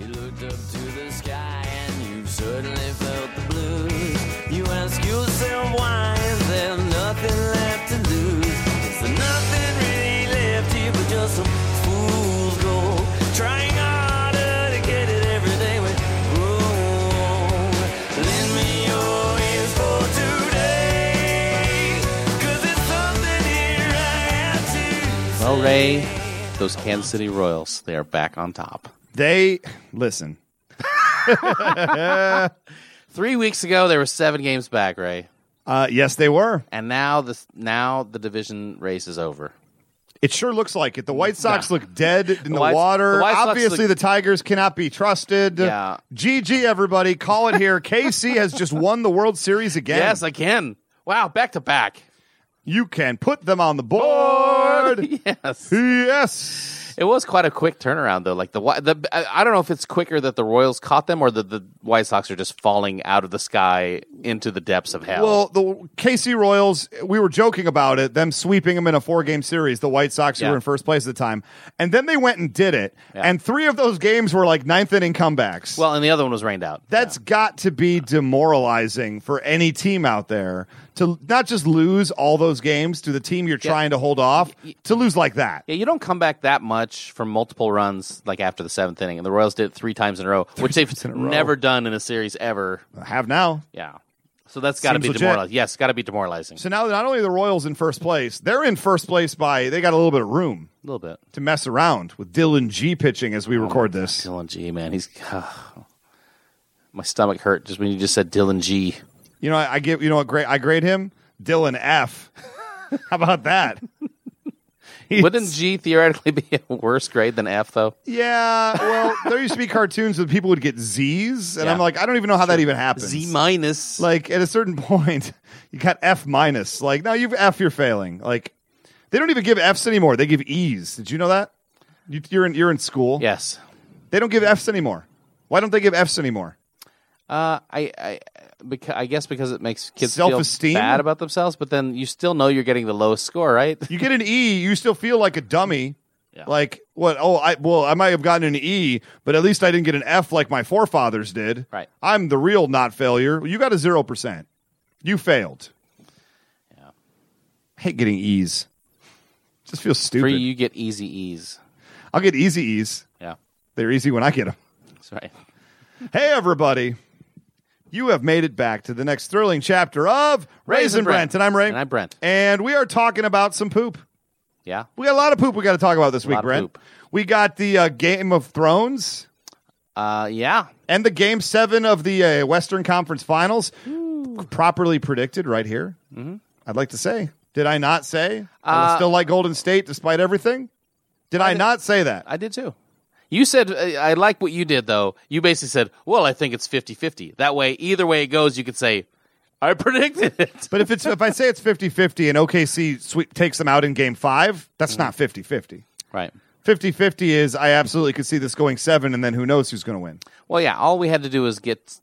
looked up to the sky and you certainly felt the blues. You ask yourself why is there nothing left to lose? Is there nothing really left here but just some fool's gold? Trying harder to get it every day we grow old. Lend me your ears for today. 'cause there's something here I have to Well, Ray, those Kansas City Royals, they are back on top. They listen. Three weeks ago, they were seven games back, Ray, Uh, yes, they were. and now the now the division race is over. It sure looks like it. The White Sox look dead in the, White- water. the White Sox Obviously, look- the Tigers cannot be trusted. Yeah. GG, everybody. Call it here. KC has just won the World Series again. Yes, again. Wow, back to back. you can put them on the board. yes, yes. it was quite a quick turnaround, though. Like the Wi- the I I don't know if it's quicker that the Royals caught them or that the White Sox are just falling out of the sky into the depths of hell. Well, the KC Royals, we were joking about it, them sweeping them in a four game series, the White Sox, who Yeah. were in first place at the time. And then they went and did it. Yeah. And three of those games were like ninth inning comebacks. well, and the other one was rained out. That's got to be demoralizing for any team out there to not just lose all those games to the team you're trying to hold off, to lose like that. Yeah, you don't come back that much from multiple runs like after the seventh inning, and the Royals did it three times in a row, which they've in a row. never done in a series ever. Have now. Yeah, so that's got to Seems be legit. demoralizing. Yes, got to be demoralizing So now not only are the Royals in first place, they're in first place by they got a little bit of room a little bit. to mess around with Dylan G pitching as we Oh record this. Dylan G, man, he's my stomach hurt just when you just said Dylan G. You know, I, I give you know what grade I grade him? Dylan F. How about that? Wouldn't G theoretically be a worse grade than F though? Yeah, well, there used to be cartoons where people would get Z's, and Yeah. I'm like, I don't even know how that even happens. Z minus. like at a certain point you got f minus like now you've f you're failing like they don't even give f's anymore they give e's did you know that you, you're in you're in school yes, they don't give f's anymore why don't they give f's anymore uh, I, I, because I guess because it makes kids Self-esteem? feel bad about themselves, but then you still know you're getting the lowest score, right? you get an e you still feel like a dummy like what oh i well i might have gotten an e but at least i didn't get an f like my forefathers did Right. i'm the real not failure you got a 0% you failed yeah hate getting e's just feels stupid Free, you get easy E's. i'll get easy e's Yeah, They're easy when I get them. that's right. Hey, everybody. You have made it back to the next thrilling chapter of Raisin Brent. And I'm Ray. And I'm Brent. And we are talking about some poop. Yeah. We got a lot of poop we got to talk about this week, lot of Brent. poop. We got the uh, Game of Thrones Uh, yeah. and the Game 7 of the uh, Western Conference Finals. Properly predicted right here. Mm-hmm. I'd like to say. Did I not say I would Uh, still like Golden State despite everything? Did I, not say that? I did too. You said, uh, I like what you did, though. You basically said, well, I think it's 50 50. That way, either way it goes, you could say, I predicted it. But if it's if I say it's 50-50 and OKC sweep, takes them out in game 5, that's not 50-50. Right. 50-50 is I absolutely could see this going 7 and then who knows who's going to win. Well, yeah, all we had to do was get.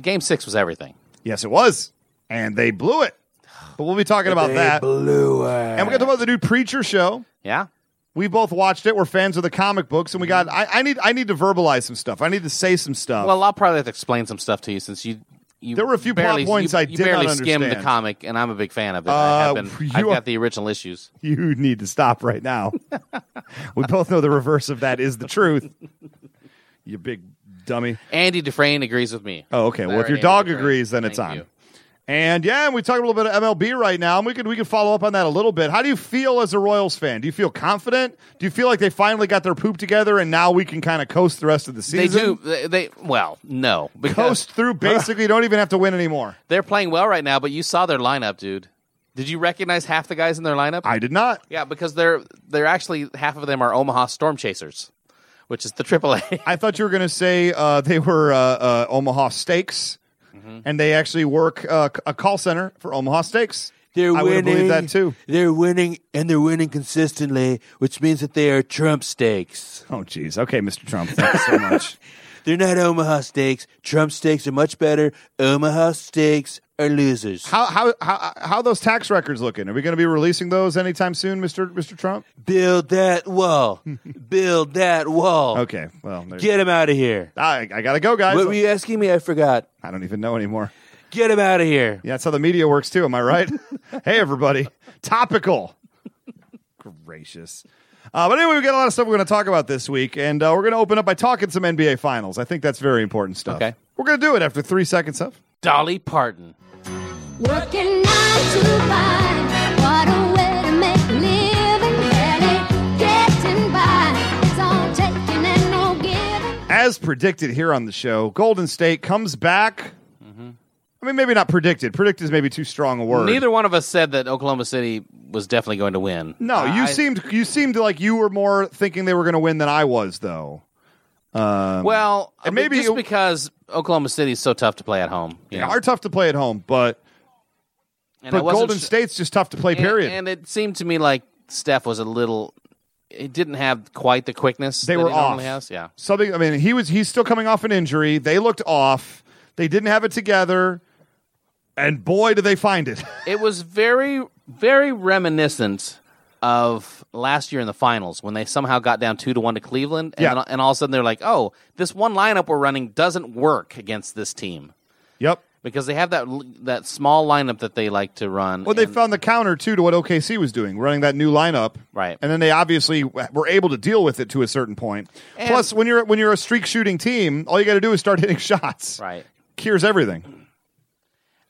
Game six was everything. Yes, it was. And they blew it. But we'll be talking about that. And we got to talk about the new Preacher show. Yeah. We both watched it. We're fans of the comic books and we got I, I need I need to verbalize some stuff. I need to say some stuff. Well, I'll probably have to explain some stuff to you since you. You There were a few plot barely, points you, I you did barely not skimmed the understand. comic, and I'm a big fan of it. I have Uh, been, you I've are- got the original issues. you need to stop right now. we both know the reverse of that is the truth. You big dummy. Andy Dufresne agrees with me. Oh, okay. Well, if Larry your Andy dog Dufresne. agrees, then it's Thank on. you. And yeah, and we talk a little bit of MLB right now, and we could we could follow up on that a little bit. How do you feel as a Royals fan? Do you feel confident? Do you feel like they finally got their poop together, and now we can kind of coast the rest of the They season? do. They, they well, no, because coast through. Basically, you don't even have to win anymore. they're playing well right now. But you saw their lineup, dude. Did you recognize half the guys in their lineup? I did not. yeah, because they're they're actually half of them are Omaha Storm Chasers, which is the AAA. I thought you were going to say uh, they were uh, uh, Omaha Steaks, Mm-hmm. and they actually work uh, c- a call center for Omaha Steaks. They're I would have winning. believed that too. They're winning, and they're winning consistently, which means that they are Trump stakes. Oh, geez. Okay, Mr. Trump. Thank you so much. They're not Omaha steaks. Trump steaks are much better. Omaha steaks are losers. How how how how are those tax records looking? Are we going to be releasing those anytime soon, Mister Mister Trump? Build that wall. Build that wall. Okay, well, there- Get him out of here. I, I gotta go, guys. What were you asking me? I forgot. I don't even know anymore. Get him out of here. Yeah, that's how the media works too. Am I right? hey, everybody. Topical. Gracious. Uh, but anyway, we've got a lot of stuff we're going to talk about this week, and uh, we're going to open up by talking some NBA Finals. I think that's very important stuff. Okay. We're going to do it after three seconds of. Dolly Parton. Working nine to five. What a way to make a living. Barely getting by. It's all taking and no giving. As predicted here on the show, Golden State comes back. I mean, maybe not predicted. Predict is maybe too strong a word. Mm-hmm. Neither one of us said that Oklahoma City was definitely going to win. No, Uh, you I- seemed you seemed like you were more thinking they were going to win than I was, though. Well, um, And maybe maybe just it- because Oklahoma City's so tough to play at home. you They know. are tough to play at home, but And I but wasn't Golden su- State's just tough to play. and- Period. And, it seemed to me like Steph was a little. It didn't have quite the quickness they that were he off. normally has. Yeah, Something. I mean, he was. He's still coming off an injury. They looked off. They didn't have it together. And boy, did they find it. it was very, very reminiscent of last year in the finals when they somehow got down two to one to Cleveland, and, Yeah. then- and all of a sudden they're like, "Oh, this one lineup we're running doesn't work against this team." yep. Because they have that l- that small lineup that they like to run. Well, they and- found the counter too to what OKC was doing, running that new lineup. Right. And then they obviously w- were able to deal with it to a certain point. And- Plus, when you're when you're a streak shooting team, all you got to do is start hitting shots. right. Cures everything.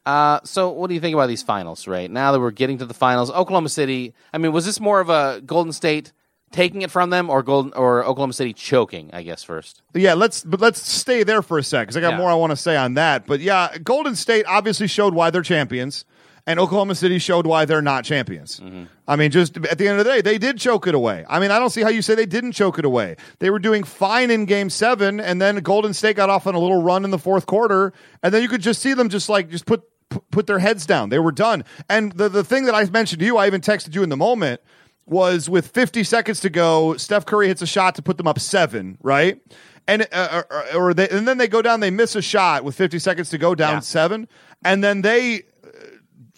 Uh, so, what do you think about these finals, right? Now that we're getting to the finals, Oklahoma City. I mean, was this more of a Golden State taking it from them, or Golden or Oklahoma City choking? I guess first. Yeah, let's but let's stay there for a sec because I got Yeah. more I want to say on that. But yeah, Golden State obviously showed why they're champions, and Oklahoma City showed why they're not champions. I mean, just at the end of the day, they did choke it away. I mean, I don't see how you say they didn't choke it away. They were doing fine in Game Seven, and then Golden State got off on a little run in the fourth quarter, and then you could just see them just like just put p- put their heads down. They were done. And the the thing that I mentioned to you, I even texted you in the moment was with 50 seconds to go, Steph Curry hits a shot to put them up 7, right? And uh, or, or they, and then they go down, they miss a shot with 50 seconds to go down Yeah. 7, and then they uh,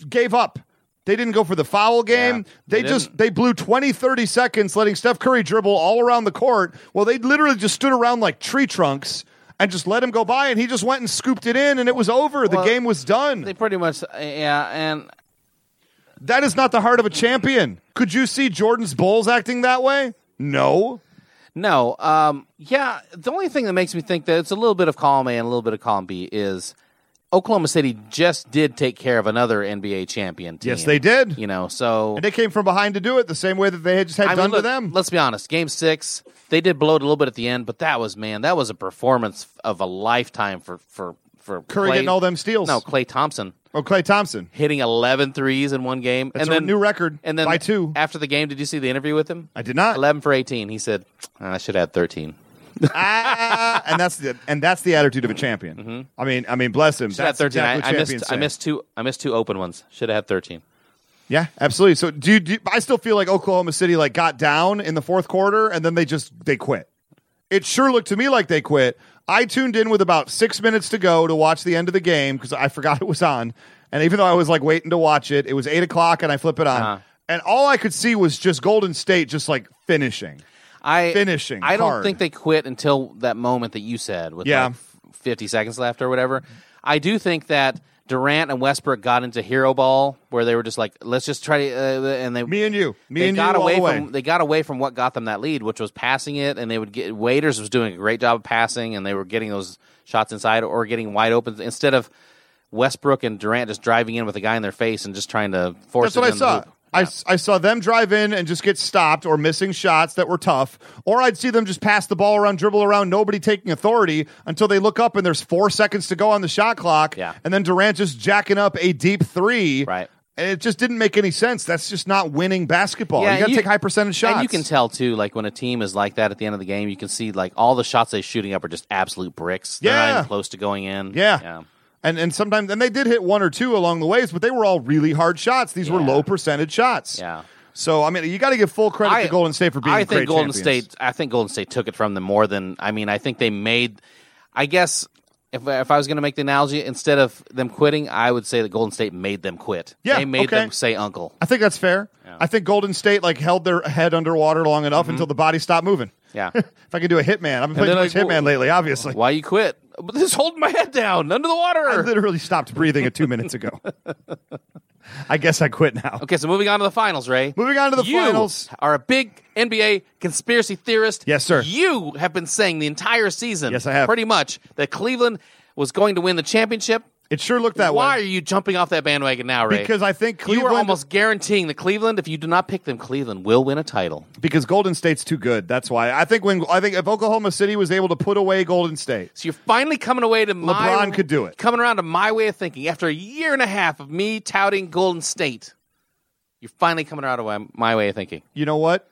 gave up. They didn't go for the foul game. Yeah, they they just didn't. they blew 20 30 seconds letting Steph Curry dribble all around the court. Well, they literally just stood around like tree trunks and just let him go by and he just went and scooped it in and it was over. the Well, game was done. They pretty much, uh, yeah. And that is not the heart of a champion. Could you see Jordan's Bulls acting that way? No. no, um, yeah. The only thing that makes me think that it's a little bit of column A and a little bit of column B is Oklahoma City just did take care of another NBA champion team. Yes, they did. You know, so And they came from behind to do it the same way that they had just had I mean, done to look, them. Let's be honest. Game six, they did blow it a little bit at the end, but that was man, that was a performance of a lifetime for for for Curry Klay- getting all them steals. No, Clay Thompson Or Clay Thompson. hitting 11 threes in one game, That's and a then new record And then by two. after the game, did you see the interview with him? I did not. 11 for 18. He said, "I should add 13." Ah, and that's the and that's the attitude of a champion. Mm-hmm. I mean, I mean, bless him. Should have That's 13. I- exactly I, what champions missed. I say. missed two. I missed two open ones. Should have had 13. Yeah, absolutely. So do, you, do you- I still feel like Oklahoma City like got down in the fourth quarter and then they just they quit. It sure looked to me like they quit. I tuned in with about six minutes to go to watch the end of the game because I forgot it was on, and even though I was like waiting to watch it, it was eight o'clock and I flip it on, Uh-huh. and all I could see was just Golden State just like finishing. I Finishing I don't hard. think they quit until that moment that you said with Yeah. like f- 50 seconds left or whatever. I do think that Durant and Westbrook got into hero ball where they were just like, let's just try to, uh, and they Me and you, me they and got you away all the way. from they got away from what got them that lead, which was passing it, and they would get waiters was doing a great job of passing, and they were getting those shots inside or getting wide open instead of Westbrook and Durant just driving in with a guy in their face and just trying to force. That's what it I in the saw. hoop. I, s- I saw them drive in and just get stopped or missing shots that were tough, or I'd see them just pass the ball around, dribble around, nobody taking authority until they look up and there's four seconds to go on the shot clock, Yeah. and then Durant just jacking up a deep three, Right. And it just didn't make any sense. That's just not winning basketball. you and got to take high percentage shots. And you can tell too, like when a team is like that at the end of the game, you can see like all the shots they're shooting up are just absolute bricks. They're not Yeah. even close to going in. Yeah. And and sometimes and they did hit one or two along the ways, but they were all really hard shots. These were Yeah. low percentage shots. Yeah. So I mean, you got to give full credit to Golden State for being. I think great Golden champions. State. I think Golden State took it from them more than. I mean, I think they made. I guess if if I was going to make the analogy, instead of them quitting, I would say that Golden State made them quit. Yeah, they made okay. them say uncle. I think that's fair. I think Golden State like held their head underwater long enough until the body stopped moving. Mm-hmm. Yeah. if I could do a hitman, I've been playing too then, much like, hitman lately. Obviously, Why you quit? But this is holding my head down under the I water. literally stopped breathing at two minutes ago. I guess I quit now. okay, so moving on to the finals, Ray. Moving on to the you finals. are a big NBA conspiracy theorist. Yes, sir. You have been saying the entire season, Yes, I have. pretty much, that Cleveland was going to win the championship. It sure looked that Why are way you jumping off that bandwagon now, Ray? because I think you Cleveland are almost guaranteeing that Cleveland, if you do not pick them, Cleveland will win a title. because Golden State's too good. That's why I think when I think if Oklahoma City was able to put away Golden State, So you're finally coming away to my LeBron could do it. Coming around to my way of thinking after a year and a half of me touting Golden State. You're finally coming around to my way of thinking. you know what?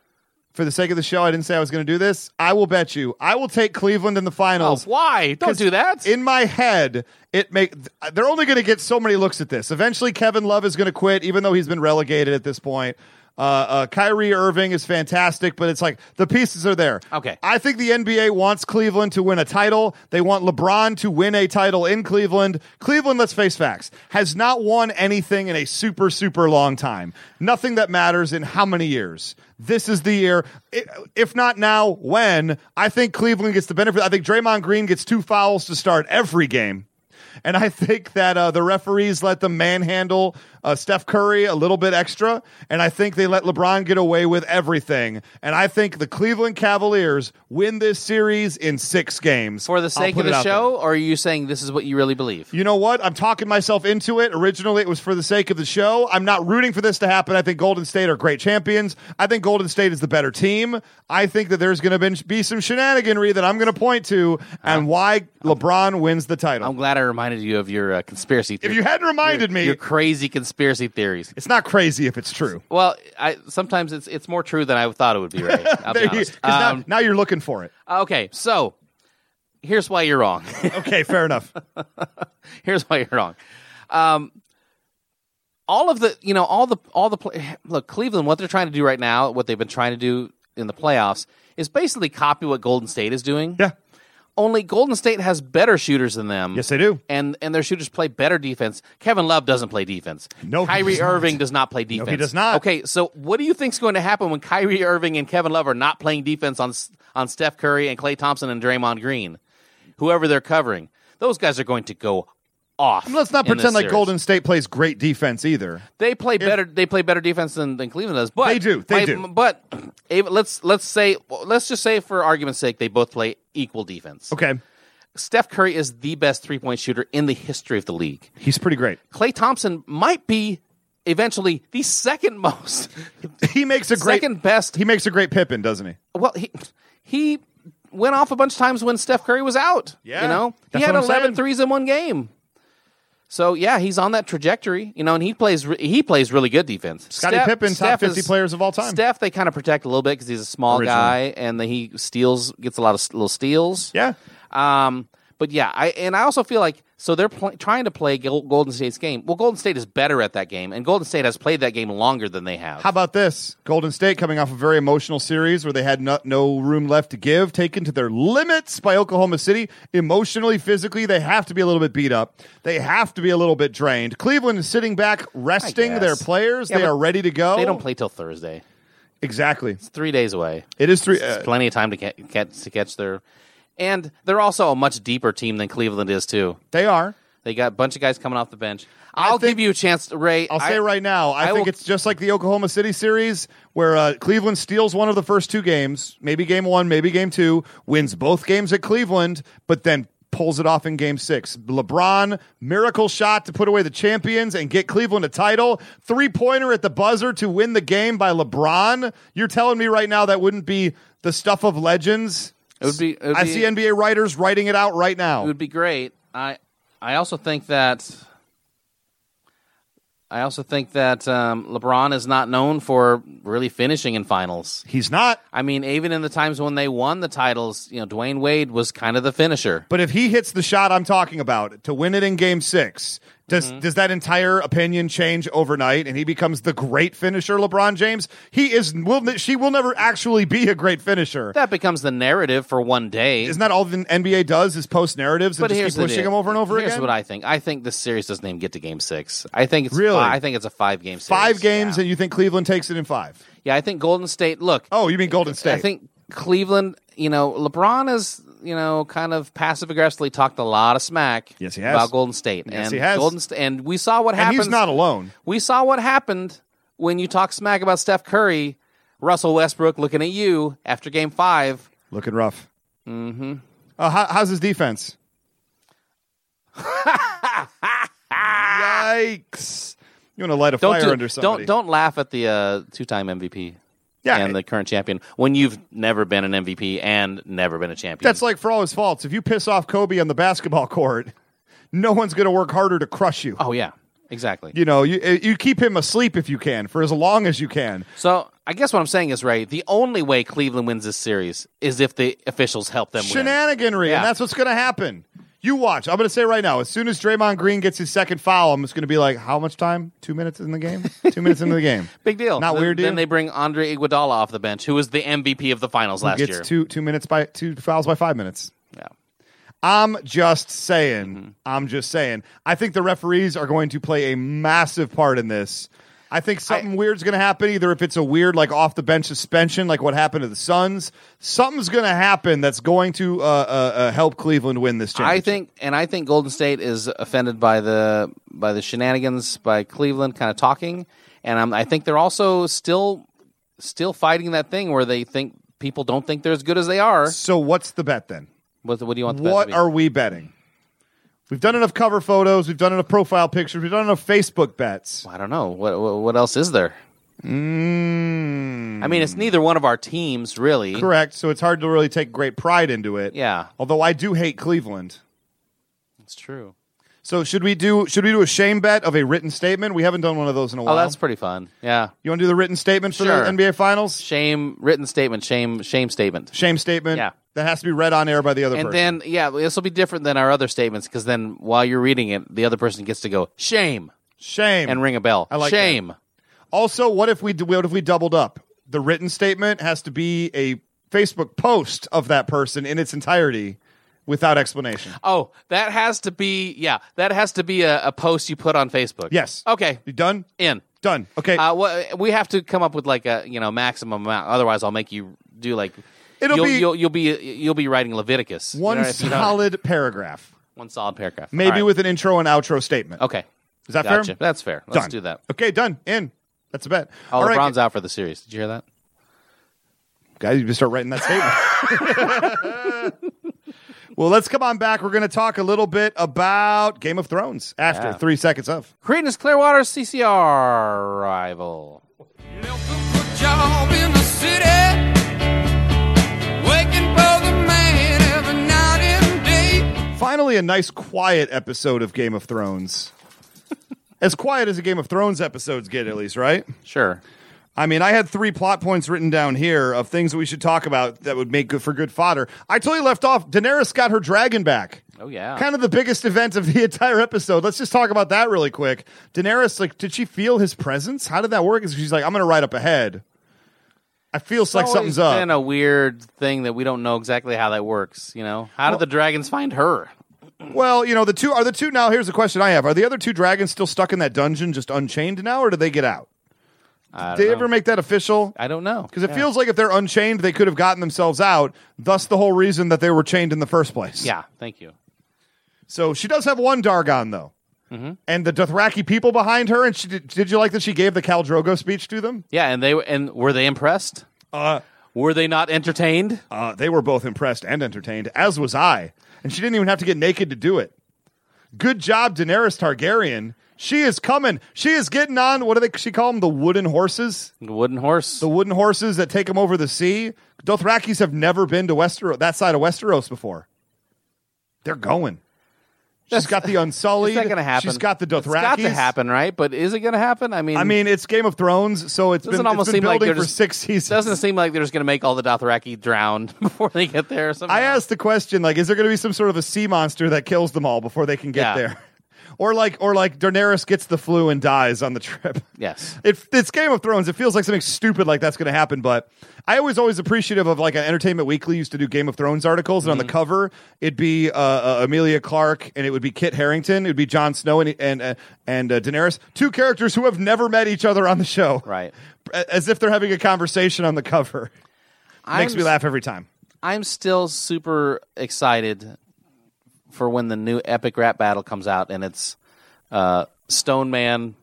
For the sake of the show, I didn't say I was going to do this. I will bet you. I will take Cleveland in the Oh, finals. why? Don't do that. In my head, it make th- they're only going to get so many looks at this. Eventually, Kevin Love is going to quit, even though he's been relegated at this point. Uh, uh, Kyrie Irving is fantastic, but it's like the pieces are there. Okay. I think the NBA wants Cleveland to win a title. They want LeBron to win a title in Cleveland. Cleveland, let's face facts, has not won anything in a super, super long time. Nothing that matters in how many years. This is the year. I- If not now, when? I think Cleveland gets the benefit. I think Draymond Green gets two fouls to start every game. And I think that uh, the referees let them manhandle uh, Steph Curry a little bit extra. And I think they let LeBron get away with everything. And I think the Cleveland Cavaliers win this series in six games. For the I'll sake put of it the out show, there. or are you saying this is what you really believe? You know what? I'm talking myself into it. Originally, it was for the sake of the show. I'm not rooting for this to happen. I think Golden State are great champions. I think Golden State is the better team. I think that there's going to be some shenaniganry that I'm going to point to and why LeBron wins the title. Ah. I'm glad I reminded you of your uh, conspiracy. if theory- you hadn't reminded me, your crazy conspiracy theories. It's not crazy if it's true. Well, I sometimes it's it's more true than I thought it would be. Right? I'll There be you- honest. 'cause now- Um, now, you're looking for it. okay, so here's why you're wrong. Okay, fair enough. here's why you're wrong. Um, all of the, you know, all the, all the, pla look, Cleveland, what they're trying to do right now, what they've been trying to do in the playoffs is basically copy what Golden State is doing. Yeah. Only Golden State has better shooters than them. Yes, they do. And and their shooters play better defense. Kevin Love doesn't play defense. No, he Kyrie does not. Irving does not play defense. does not. Okay, so what do you think's going to happen when Kyrie Irving and Kevin Love are not playing defense on S- on Steph Curry and Clay Thompson and Draymond Green, whoever they're covering? Those guys are going to go off. Let's not in this pretend like series. Golden State plays great defense either. They play better. They play better defense than, than Cleveland does. But They do, they my- do. But eh, let's let's say let's just say for argument's sake they both play equal defense. Okay. Steph Curry is the best three point shooter in the history of the league. He's pretty great. Clay Thompson might be eventually the second most, He makes a great second best. He makes a great Pippin, doesn't he? well, he he went off a bunch of times when Steph Curry was out. Yeah, you know that's he had what I'm 11 saying. threes in one game. So yeah, he's on that trajectory, you know, and he plays re- he plays really good defense. Scottie Pippen, top 50 players of all time. Steph, they kind of protect a little bit because he's a small Originally. guy and then he steals, gets a lot of s- little steals. Yeah. Um, but yeah, I and I also feel like so they're pl- trying to play Gol- Golden State's game. Well, Golden State is better at that game, and Golden State has played that game longer than they have. How about this? Golden State coming off a very emotional series where they had no, no room left to give, taken to their limits by Oklahoma City. Emotionally, physically, they have to be a little bit beat up. They have to be a little bit drained. Cleveland is sitting back, resting guess. their players. Yeah, they but are ready to go. they don't play till Thursday, exactly. three days away. It is three. uh, Plenty of time to ca- catch to catch their, and they're also a much deeper team than Cleveland is too. they are. They got a bunch of guys coming off the bench. I'll think- give you a chance, Ray. I'll say I- right now, I, I think will- it's just like the Oklahoma City series where uh, Cleveland steals one of the first two games, maybe game one, maybe game two, wins both games at Cleveland, but then pulls it off in game six. LeBron, miracle shot to put away the champions and get Cleveland a title. Three pointer at the buzzer to win the game by LeBron. You're telling me right now that wouldn't be the stuff of legends? It would be- it would I be- see NBA writers writing it out right It now. would be great. I I also think that I also think that um, LeBron is not known for really finishing in finals. He's not. I mean, even in the times when they won the titles, you know, Dwayne Wade was kind of the finisher. But if he hits the shot I'm talking about to win it in game six, Does Mm-hmm. does that entire opinion change overnight and he becomes the great finisher LeBron James? He is will she will never actually be a great finisher. That becomes the narrative for one day. Isn't that all the NBA does is post narratives and but just here's keep pushing the, him over and over here's again? what I think. I think this series doesn't even get to Game Six. I think it's Really? fi- I think it's a five game series. five games Yeah. and you think Cleveland takes it in five. yeah, I think Golden State. Look, Oh, you mean Golden State? I think Cleveland, you know, LeBron has, you know, kind of passive aggressively talked a lot of smack Yes, he has. about Golden State. Yes, and he has. Golden Sta- and we saw what and happens. he's not alone. we saw what happened when you talk smack about Steph Curry, Russell Westbrook looking at you after game five. Looking rough. Mm-hmm. Uh, how, how's his defense? Yikes! You want to light a Don't fire do, under somebody? don't don't laugh at the uh, two time MVP Yeah, and the current champion when you've never been an MVP and never been a champion. That's like for all his faults. If you piss off Kobe on the basketball court, no one's going to work harder to crush you. oh yeah, exactly. You know, you eh, you keep him asleep if you can for as long as you can. So I guess what I'm saying is, Ray, the only way Cleveland wins this series is if the officials help them win. Shenaniganry, Yeah. and that's what's going to happen. You watch. I'm going to say right now, as soon as Draymond Green gets his second foul, I'm just going to be like, how much time? Two minutes in the game? Two minutes into the game. Big deal. Not Then- weird, dude. Then they bring Andre Iguodala off the bench, who was the MVP of the finals last gets year. two two minutes by two fouls by five minutes. Yeah. I'm just saying. Mm-hmm. I'm just saying. I think the referees are going to play a massive part in this. I think something weird's going to happen. Either if it's a weird like off the bench suspension, like what happened to the Suns, something's going to happen that's going to uh, uh, uh, help Cleveland win this I championship. think, and I think Golden State is offended by the by the shenanigans by Cleveland, kind of talking, and um, I think they're also still still fighting that thing where they think people don't think they're as good as they are. So what's the bet then? What, what do you want? The bet to What be? are we betting? We've done enough cover photos. We've done enough profile pictures. We've done enough Facebook bets. I don't know. What what, what else is there? Mm, Hmm. I mean, it's neither one of our teams really. correct. So it's hard to really take great pride into it. Yeah, Although I do hate Cleveland. it's true. So should we do should we do a shame bet of a written statement? We haven't done one of those in a Oh, while. that's pretty fun. Yeah. you want to do the written statement for Sure. the NBA Finals? Shame written statement, shame shame statement. Shame statement. Yeah. That has to be read on air by the other And person. then yeah, this will be different than our other statements because then while you're reading it, the other person gets to go shame shame. and ring a bell. I like that. shame. also, what if we d- what if we doubled up? The written statement has to be a Facebook post of that person in its entirety without explanation. Oh, that has to be yeah, that has to be a, a post you put on Facebook. Yes. Okay. You done? In. Done. Okay. Uh, wha- we have to come up with like a you know maximum amount. Otherwise, I'll make you do like It'll you'll, be- you'll, you'll be you'll be writing Leviticus. You one know, if you don't- solid paragraph. one solid paragraph. Maybe All right. with an intro and outro statement. okay. Is that Gotcha. fair? That's fair. Let's done. do that. Okay, done. In. That's a bet. Oh, All right. LeBron's out for the series. Did you hear that? Guys, you just start writing that statement. well, let's come on back. We're going to talk a little bit about Game of Thrones after Yeah. three seconds of. Creedence Clearwater CCR rival. Looking for a job in the city. Waking for the man every night and day. Finally, a nice quiet episode of Game of Thrones. as quiet as a Game of Thrones episodes get, at least, right? Sure. I mean, I had three plot points written down here of things that we should talk about that would make good for good fodder. I totally left off. Daenerys got her dragon back. Oh yeah. kind of the biggest event of the entire episode. Let's just talk about that really quick. Daenerys, like, did she feel his presence? How did that work? Is she's like, I'm gonna ride up ahead. I feel like always something's up. Been a weird thing that we don't know exactly how that works. You know, how did the dragons find her? well, you know, the two are the two now. Here's the question I have: Are the other two dragons still stuck in that dungeon, just unchained now, or do they get out? I Did don't they know. ever make that official? I don't know Because it feels like if they're unchained, they could have gotten themselves out. Thus, the whole reason that they were chained in the first place. Yeah, thank you. So she does have one Dargon though. Mm-hmm. And the Dothraki people behind her, and she did, did you like that she gave the Cal Drogo speech to them? Yeah, and they and were they impressed? Uh, Were they not entertained? Uh, they were both impressed and entertained, as was I. And she didn't even have to get naked to do it. Good job, Daenerys Targaryen. She is coming. She is getting on. What do they? She call them the wooden horses. The wooden horse. The wooden horses that take them over the sea. Dothrakis have never been to Westeros, that side of Westeros before. They're going. She's got the Unsullied. it's not going to happen. She's got the Dothrakis. It's got to happen, right? But is it going to happen? I mean, I mean, it's Game of Thrones, so it's Doesn't been, almost it's been seem like building they're for just- six seasons. it doesn't seem like they're just going to make all the Dothraki drown before they get there. Or something. I asked the question like, is there going to be some sort of a sea monster that kills them all before they can get Yeah. there? Or like, or like Daenerys gets the flu and dies on the trip. Yes. It, it's Game of Thrones. It feels like something stupid like that's going to happen. But I was always appreciative of like an Entertainment Weekly used to do Game of Thrones articles, Mm-hmm. and on the cover it'd be uh, uh, Amelia Clark and it would be Kit Harrington, it'd be Jon Snow and and uh, and uh, Daenerys, two characters who have never met each other on the show, Right. As if they're having a conversation on the cover. Makes I'm me laugh every time. I'm still super excited for when the new epic rap battle comes out, and it's uh, Stone Man,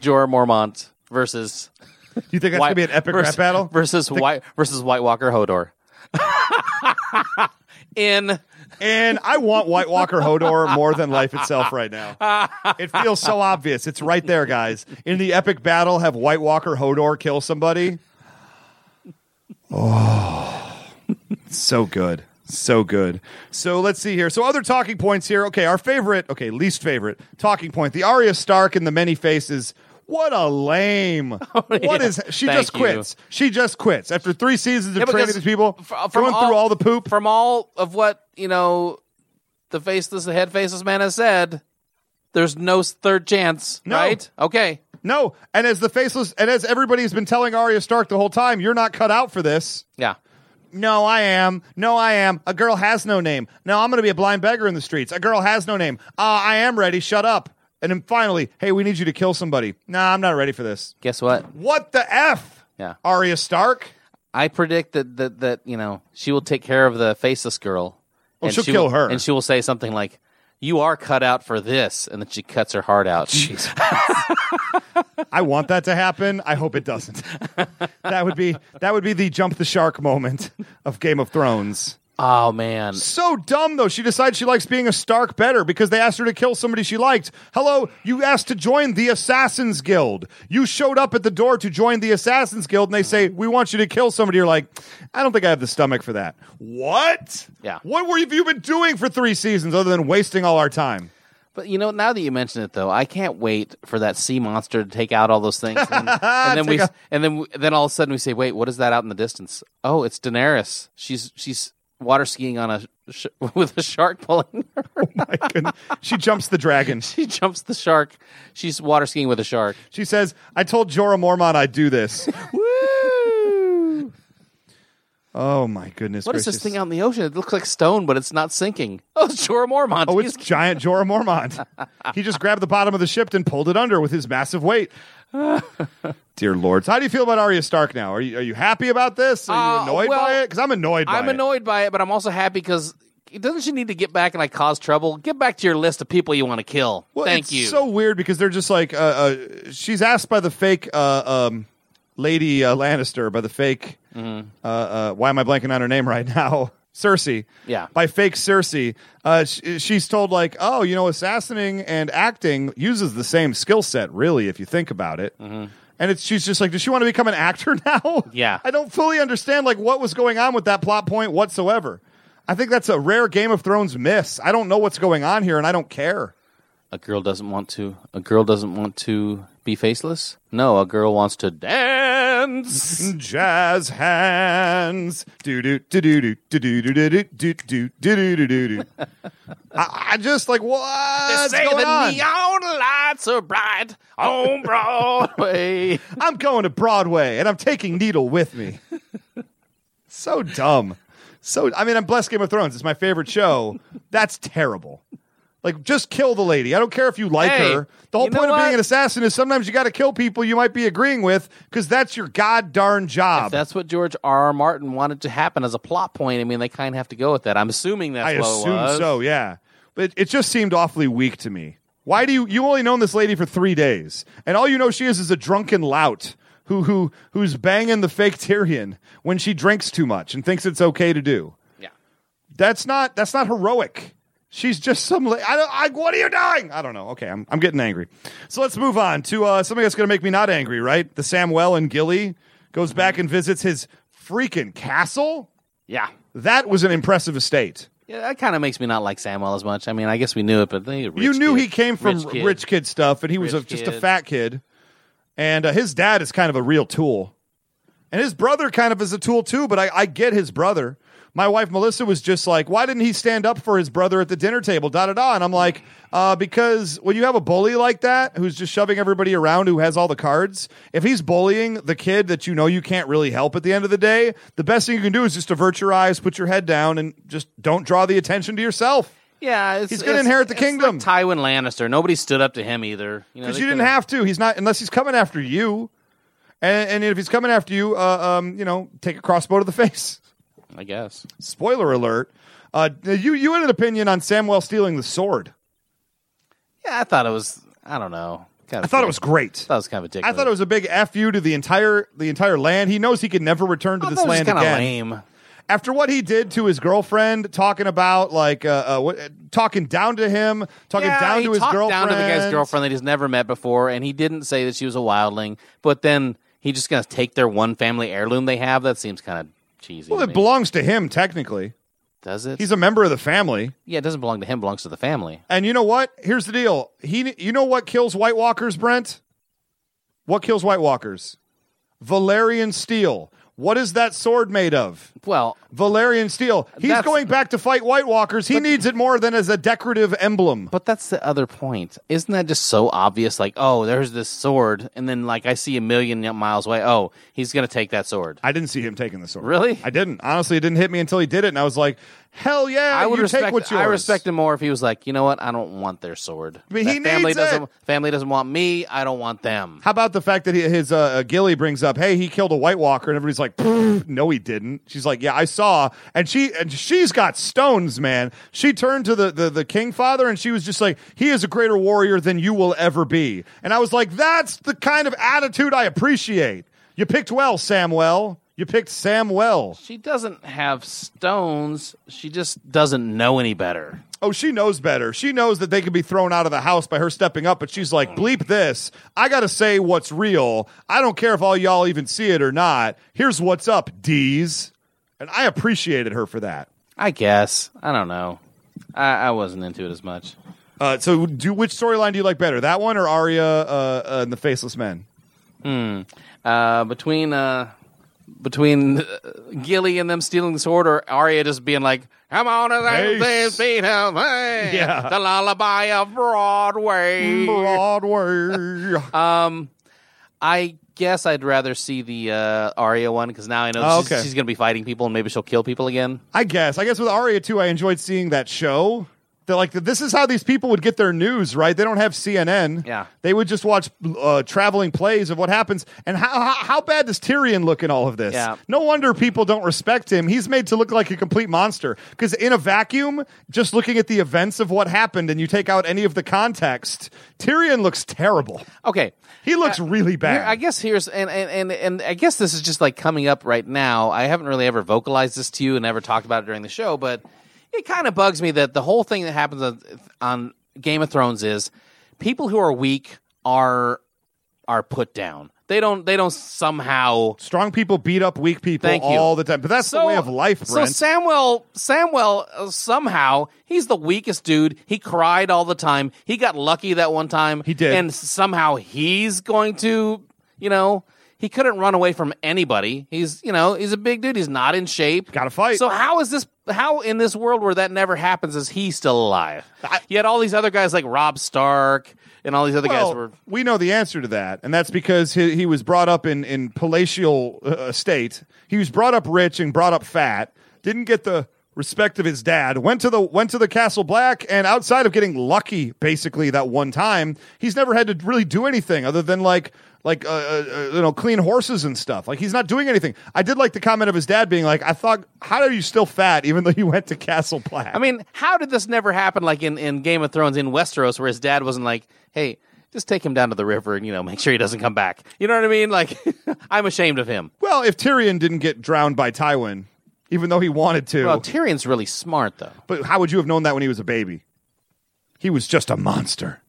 Jor Mormont versus You think that's White- gonna be an epic versus, rap battle? versus White versus White Walker Hodor. In And I want White Walker Hodor more than life itself right now. It feels so obvious. It's right there, guys. In the epic battle, have White Walker Hodor kill somebody. Oh, so good. So good. So let's see here. So other talking points here. Okay, our favorite, okay, least favorite talking point. The Arya Stark and the many faces. What a lame. What is she Oh, Thank just quits. She just quits. After 3 seasons of Yeah, training because these people, fr- from going through all the poop. from all of what you know, the faceless, the head faceless man has said. There's no s- third chance, No. right? Okay, No, and as the faceless, and as everybody's been telling Arya Stark the whole time, you're not cut out for this. yeah. No, I am. No, I am. A girl has no name. No, I'm going to be a blind beggar in the streets. A girl has no name. Uh, I am ready. Shut up. And then finally, hey, we need you to kill somebody. Nah, I'm not ready for this. Guess what? What the f? Yeah. Arya Stark. I predict that that that you know she will take care of the faceless girl. and she'll she kill will- her. and she will say something like, "You are cut out for this," and then she cuts her heart out. I want that to happen. I hope it doesn't. that would be that would be the jump the shark moment of Game of Thrones. oh man, So dumb though. She decides she likes being a Stark better because they asked her to kill somebody she liked. Hello, you asked to join the Assassins Guild. You showed up at the door to join the Assassins Guild and they say, "We want you to kill somebody." You're like, "I don't think I have the stomach for that." What? Yeah. What were you, have you been doing for 3 seasons other than wasting all our time? But you know, now that you mention it, though, I can't wait for that sea monster to take out all those things, and, and then we, Take a- and then then all of a sudden we say, "Wait, what is that out in the distance?" Oh, it's Daenerys. She's she's water skiing on a sh- with a shark pulling her. My goodness. she jumps the dragon. She jumps the shark. She's water skiing with a shark. She says, "I told Jorah Mormont I'd do this." Woo! Oh my goodness What is gracious. this thing out in the ocean? It looks like stone, but it's not sinking. Oh, it's Jorah Mormont. Oh, it's He's- giant Jorah Mormont. he just grabbed the bottom of the ship and pulled it under with his massive weight. Dear Lord, so how do you feel about Arya Stark now? Are you are you happy about this? Are Uh, you annoyed well, by it? Because I'm annoyed. By I'm it. annoyed by it, but I'm also happy because doesn't she need to get back and like cause trouble? Get back to your list of people you want to kill. Well, Thank it's you. So weird because they're just like uh, uh, she's asked by the fake uh, um, Lady uh, Lannister by the fake. Mm-hmm. Uh, uh, why am I blanking on her name right now? Cersei. Yeah. By fake Cersei, uh, sh- she's told like, oh, you know, assassinating and acting uses the same skill set, really, if you think about it. And it's she's just like, does she want to become an actor now? Mm-hmm. Yeah. I don't fully understand like what was going on with that plot point whatsoever. I think that's a rare Game of Thrones miss. I don't know what's going on here, and I don't care. a girl doesn't want to a girl doesn't want to be faceless no a girl wants to dance Jazz hands. Do do do do do do do do do do do do do do do do. I I just like what's say going the on? neon lights are bright on broadway I'm going to Broadway and I'm taking Needle with me. so dumb. So I mean, I'm blessed. Game of Thrones. It's my favorite show. That's terrible. Like, just kill the lady. I don't care if you like Hey, her. The whole you know point of being what? an assassin is sometimes you got to kill people you might be agreeing with because that's your god darn job. that's what george r r martin wanted to happen as a plot point i mean they kind of have to go with that i'm assuming that's I what it assume was. so, yeah. But it, it just seemed awfully weak to me. Why do you you only known this lady for three days, and all you know she is is a drunken lout who who who's banging the fake Tyrion when she drinks too much and thinks it's okay to do. yeah That's not that's not heroic. She's just some. La- I don't. I, what are you doing? I don't know. Okay, I'm I'm getting angry. So let's move on to uh, something that's going to make me not angry. Right? The Samwell and Gilly goes back and visits his freaking castle. yeah That was an impressive estate. yeah, that kind of makes me not like Samuel as much. I mean, I guess we knew it, but they you knew he came from rich kid, kid. stuff, and he was a, Rich just a kid. fat kid. And uh, his dad is kind of a real tool, and his brother kind of is a tool too. But I, I get his brother. my wife Melissa was just like, "Why didn't he stand up for his brother at the dinner table?" Da da da. And I'm like, uh, "Because when you have a bully like that, who's just shoving everybody around, who has all the cards, if he's bullying the kid that you know you can't really help at the end of the day, the best thing you can do is just avert your eyes, put your head down, and just don't draw the attention to yourself." Yeah, it's, He's gonna inherit the it's like kingdom. Tywin Lannister. Nobody stood up to him either. You know, because they you didn't could've- have to. He's not unless he's coming after you, and, and if he's coming after you, uh, um, you know, take a crossbow to the face. I guess. Spoiler alert. Uh, you you had an opinion on Samwell stealing the sword. Yeah, I thought it was. I don't know. Kind of I thought it was great. That was kind of a dick. I thought it was a big f you to the entire the entire land. He knows he can never return to I thought this it was land kind of again. lame. after what he did to his girlfriend, talking about like uh, uh, what, talking down to him, talking yeah, down he to his talked girlfriend, down to the guy's girlfriend that he's never met before, and he didn't say that she was a wildling. But then he just gonna take their one family heirloom they have. That seems kind of cheesy. Well, to it me. belongs to him technically. Does it? He's a member of the family. yeah, it doesn't belong to him. it Belongs to the family. And you know what? Here's the deal. He, you know what kills White Walkers, Brent? What kills White Walkers? Valerian steel. What is that sword made of? Well, Valerian steel. He's That's- going back to fight White Walkers. He needs it more than as a decorative emblem. But that's the other point. Isn't that just so obvious? Like, oh, there's this sword, and then like I see a million miles away. Oh, he's gonna take that sword. I didn't see him taking the sword. Really? I didn't. Honestly, it didn't hit me until he did it, and I was like, "Hell yeah!" I would you respect. take what's yours. I respect him more if he was like, you know what? I don't want their sword. But That he family needs doesn't. it. Family doesn't want me. I don't want them. How about the fact that he, his uh, uh, Gilly brings up, "Hey, he killed a White Walker," and everybody's like, "Pfft, "No, he didn't." She's like, "Yeah, I saw," and she and she's got stones, man. She turned to the the, the King Father, and she was just like, "He is a greater warrior than you will ever be." And I was like, "That's the kind of attitude I appreciate." You picked well, Samwell. You picked Samwell. She doesn't have stones. She just doesn't know any better. Oh, she knows better. She knows that they could be thrown out of the house by her stepping up, but she's like, bleep this. I got to say what's real. I don't care if all y'all even see it or not. Here's what's up, D's. And I appreciated her for that. I guess. I don't know. I, I wasn't into it as much. Uh, so, do which storyline do you like better, that one or Arya uh, uh, and the Faceless Men? Uh, between uh, between uh, Gilly and them stealing the sword, or Arya just being like, "Come on, Hey, this s- beat him, hey, Yeah. the lullaby of Broadway." Broadway. I guess I'd rather see the uh, Arya one because now I know Oh, she's, okay. she's going to be fighting people and maybe she'll kill people again. I guess. I guess with Arya too, I enjoyed seeing that show. They're like, this is how these people would get their news, right? They don't have CNN. Yeah. They would just watch uh, traveling plays of what happens. And how, how, how bad does Tyrion look in all of this? Yeah. No wonder people don't respect him. He's made to look like a complete monster. Because in a vacuum, just looking at the events of what happened and you take out any of the context, Tyrion looks terrible. Okay, He looks really Here- bad. I guess here's and, and and and I guess this is just like coming up right now. I haven't really ever vocalized this to you and never talked about it during the show, but it kind of bugs me that the whole thing that happens on, on Game of Thrones is people who are weak are are put down. They don't they don't somehow Strong people beat up weak people Thank you. all the time. But that's the way of life, Brent. So Samuel, Samuel, uh, somehow he's the weakest dude. He cried all the time. He got lucky that one time. He did. and somehow he's going to, you know, he couldn't run away from anybody. He's, you know, he's a big dude. He's not in shape. Gotta fight. So how is this? How in this world where that never happens is he still alive? Yet all these other guys like Rob Stark and all these other guys Well, were. we know the answer to that, and that's because he, he was brought up in in palatial uh, estate. He was brought up rich and brought up fat. Didn't get the respect of his dad. Went to the went to the Castle Black, and outside of getting lucky, basically that one time, he's never had to really do anything other than like like uh, uh, uh, you know clean horses and stuff. Like he's not doing anything. I did like the comment of his dad being like, "I thought, how are you still fat even though you went to Castle Black?" I mean, how did this never happen? Like in, in Game of Thrones in Westeros, where his dad wasn't like, "Hey, just take him down to the river and you know make sure he doesn't come back." You know what I mean? Like, I'm ashamed of him. well, if Tyrion didn't get drowned by Tywin. Even though he wanted to, Well, Tyrion's really smart though. But how would you have known that when he was a baby? He was just a monster.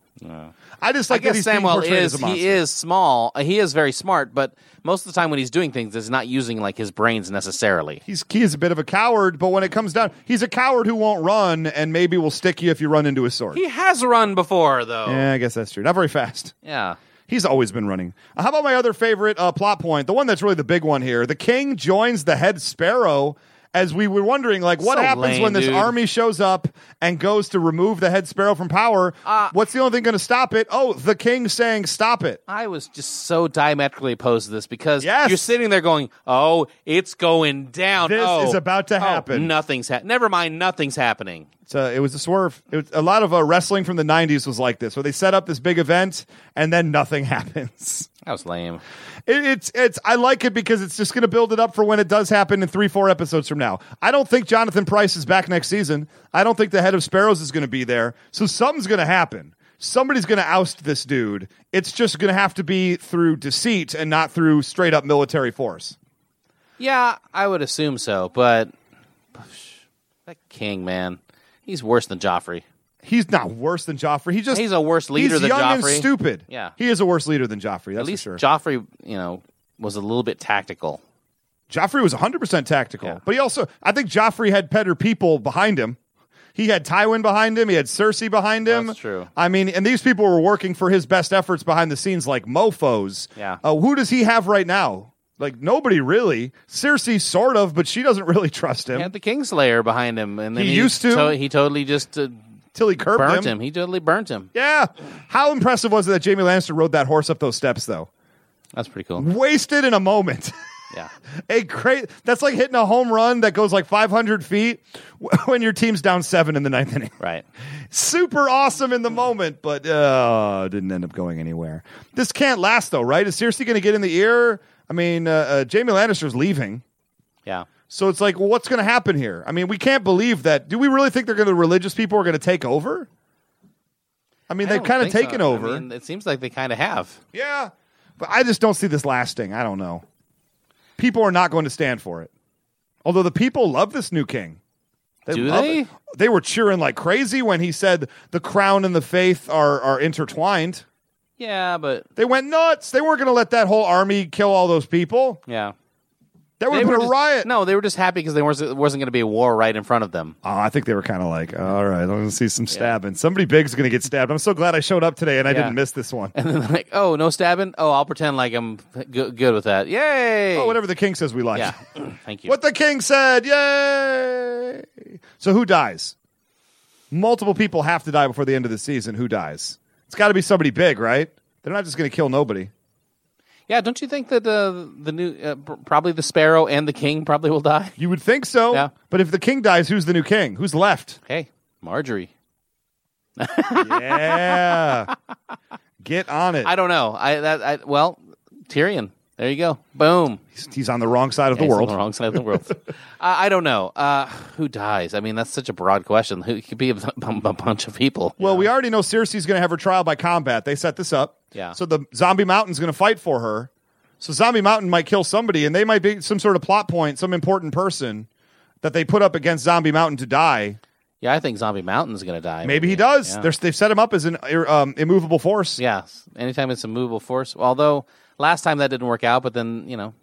I just I like that guess he's being Samuel portrayed is as a monster. he is small. Uh, He is very smart, but most of the time when he's doing things, is not using like his brains necessarily. He's he is a bit of a coward, but when it comes down, he's a coward who won't run and maybe will stick you if you run into his sword. He has run before though. yeah, I guess that's true. Not very fast. yeah. He's always been running. Uh, How about my other favorite uh, plot point? The one that's really the big one here. The king joins the head sparrow as we were wondering, like, what So happens lame, when this dude. army shows up and goes to remove the head sparrow from power? Uh, What's the only thing going to stop it? Oh, the king saying, "Stop it." I was just so diametrically opposed to this because Yes. you're sitting there going, "Oh, it's going down. This Oh, is about to oh, happen." nothing's happening. Never mind. Nothing's happening. It's a, it was a swerve. It was, a lot of uh, wrestling from the '90s was like this, where they set up this big event and then nothing happens. That was lame. It, it's it's I like it because it's just going to build it up for when it does happen in three four episodes from now. I don't think Jonathan Price is back next season. I don't think the head of Sparrows is going to be there. So something's going to happen. Somebody's going to oust this dude. It's just going to have to be through deceit and not through straight up military force. Yeah, I would assume so, but that king man, he's worse than Joffrey. He's not worse than Joffrey. He just He's a worse leader he's than young and Joffrey. stupid. Yeah. he is a worse leader than Joffrey. That's At least for sure. Joffrey, you know, was a little bit tactical. Joffrey was 100% tactical, Yeah. but he also, I think Joffrey had better people behind him. He had Tywin behind him. He had Cersei behind him. That's true. I mean, and these people were working for his best efforts behind the scenes like mofos. Yeah. Uh, who does he have right now? Like, nobody really. Cersei, sort of, but she doesn't really trust He him had the Kingslayer behind him, and then He used to. to- he totally just uh, till he curbed burnt him. He totally burnt him. Yeah. How impressive was it that Jamie Lannister rode that horse up those steps, though? That's pretty cool. Wasted in a moment. Yeah. a great, that's like hitting a home run that goes like 500 feet w- when your team's down seven in the ninth inning. Right. super awesome in the moment, but uh, didn't end up going anywhere. This can't last though, right? Is seriously going to get in the ear? I mean, uh, uh, Jamie Lannister's leaving, Yeah. so it's like, well, what's going to happen here? I mean, we can't believe that. Do we really think they're going to religious people are going to take over? I mean, I they've don't kind of think so. taken I over, mean, it seems like they kind of have. yeah, but I just don't see this lasting. I don't know. People are not going to stand for it. Although the people love this new king. Do love they? it. They were cheering like crazy when he said the crown and the faith are are intertwined. Yeah, but They went nuts. They weren't going to let that whole army kill all those people. yeah, That would have been a just, riot. No, they were just happy because there wasn't wasn't going to be a war right in front of them. Oh, I think they were kind of like, all right, I'm going to see some stabbing. Somebody big's going to get stabbed. I'm so glad I showed up today and I Yeah. didn't miss this one. And then like, oh, no stabbing. Oh, I'll pretend like I'm good, good with that. Yay! Oh, whatever the king says we like. Yeah. Thank you. What the king said. Yay. So who dies? Multiple people have to die before the end of the season. Who dies? It's got to be somebody big, right? They're not just going to kill nobody. Yeah, don't you think that uh, the new uh, pr- probably the sparrow and the king probably will die? You would think so. Yeah. But if the king dies, who's the new king? Who's left? Hey, Marjorie. Yeah. Get on it. I don't know. I that I well, Tyrion. There you go. Boom. He's on the wrong side of the He's on world. the wrong side of the world. I, I don't know. Uh, who dies? I mean, that's such a broad question. Who it could be a, bu- bu- bu- bunch of people? Well, we already know Cersei's going to have her trial by combat. They set this up. Yeah. So the Zombie Mountain's going to fight for her. So Zombie Mountain might kill somebody, and they might be some sort of plot point, some important person that they put up against Zombie Mountain to die. yeah, I think Zombie Mountain's going to die. Maybe he does. Yeah. They're, they've set him up as an ir- um, immovable force. Yes. Anytime it's a movable force. Although last time that didn't work out, but then you know.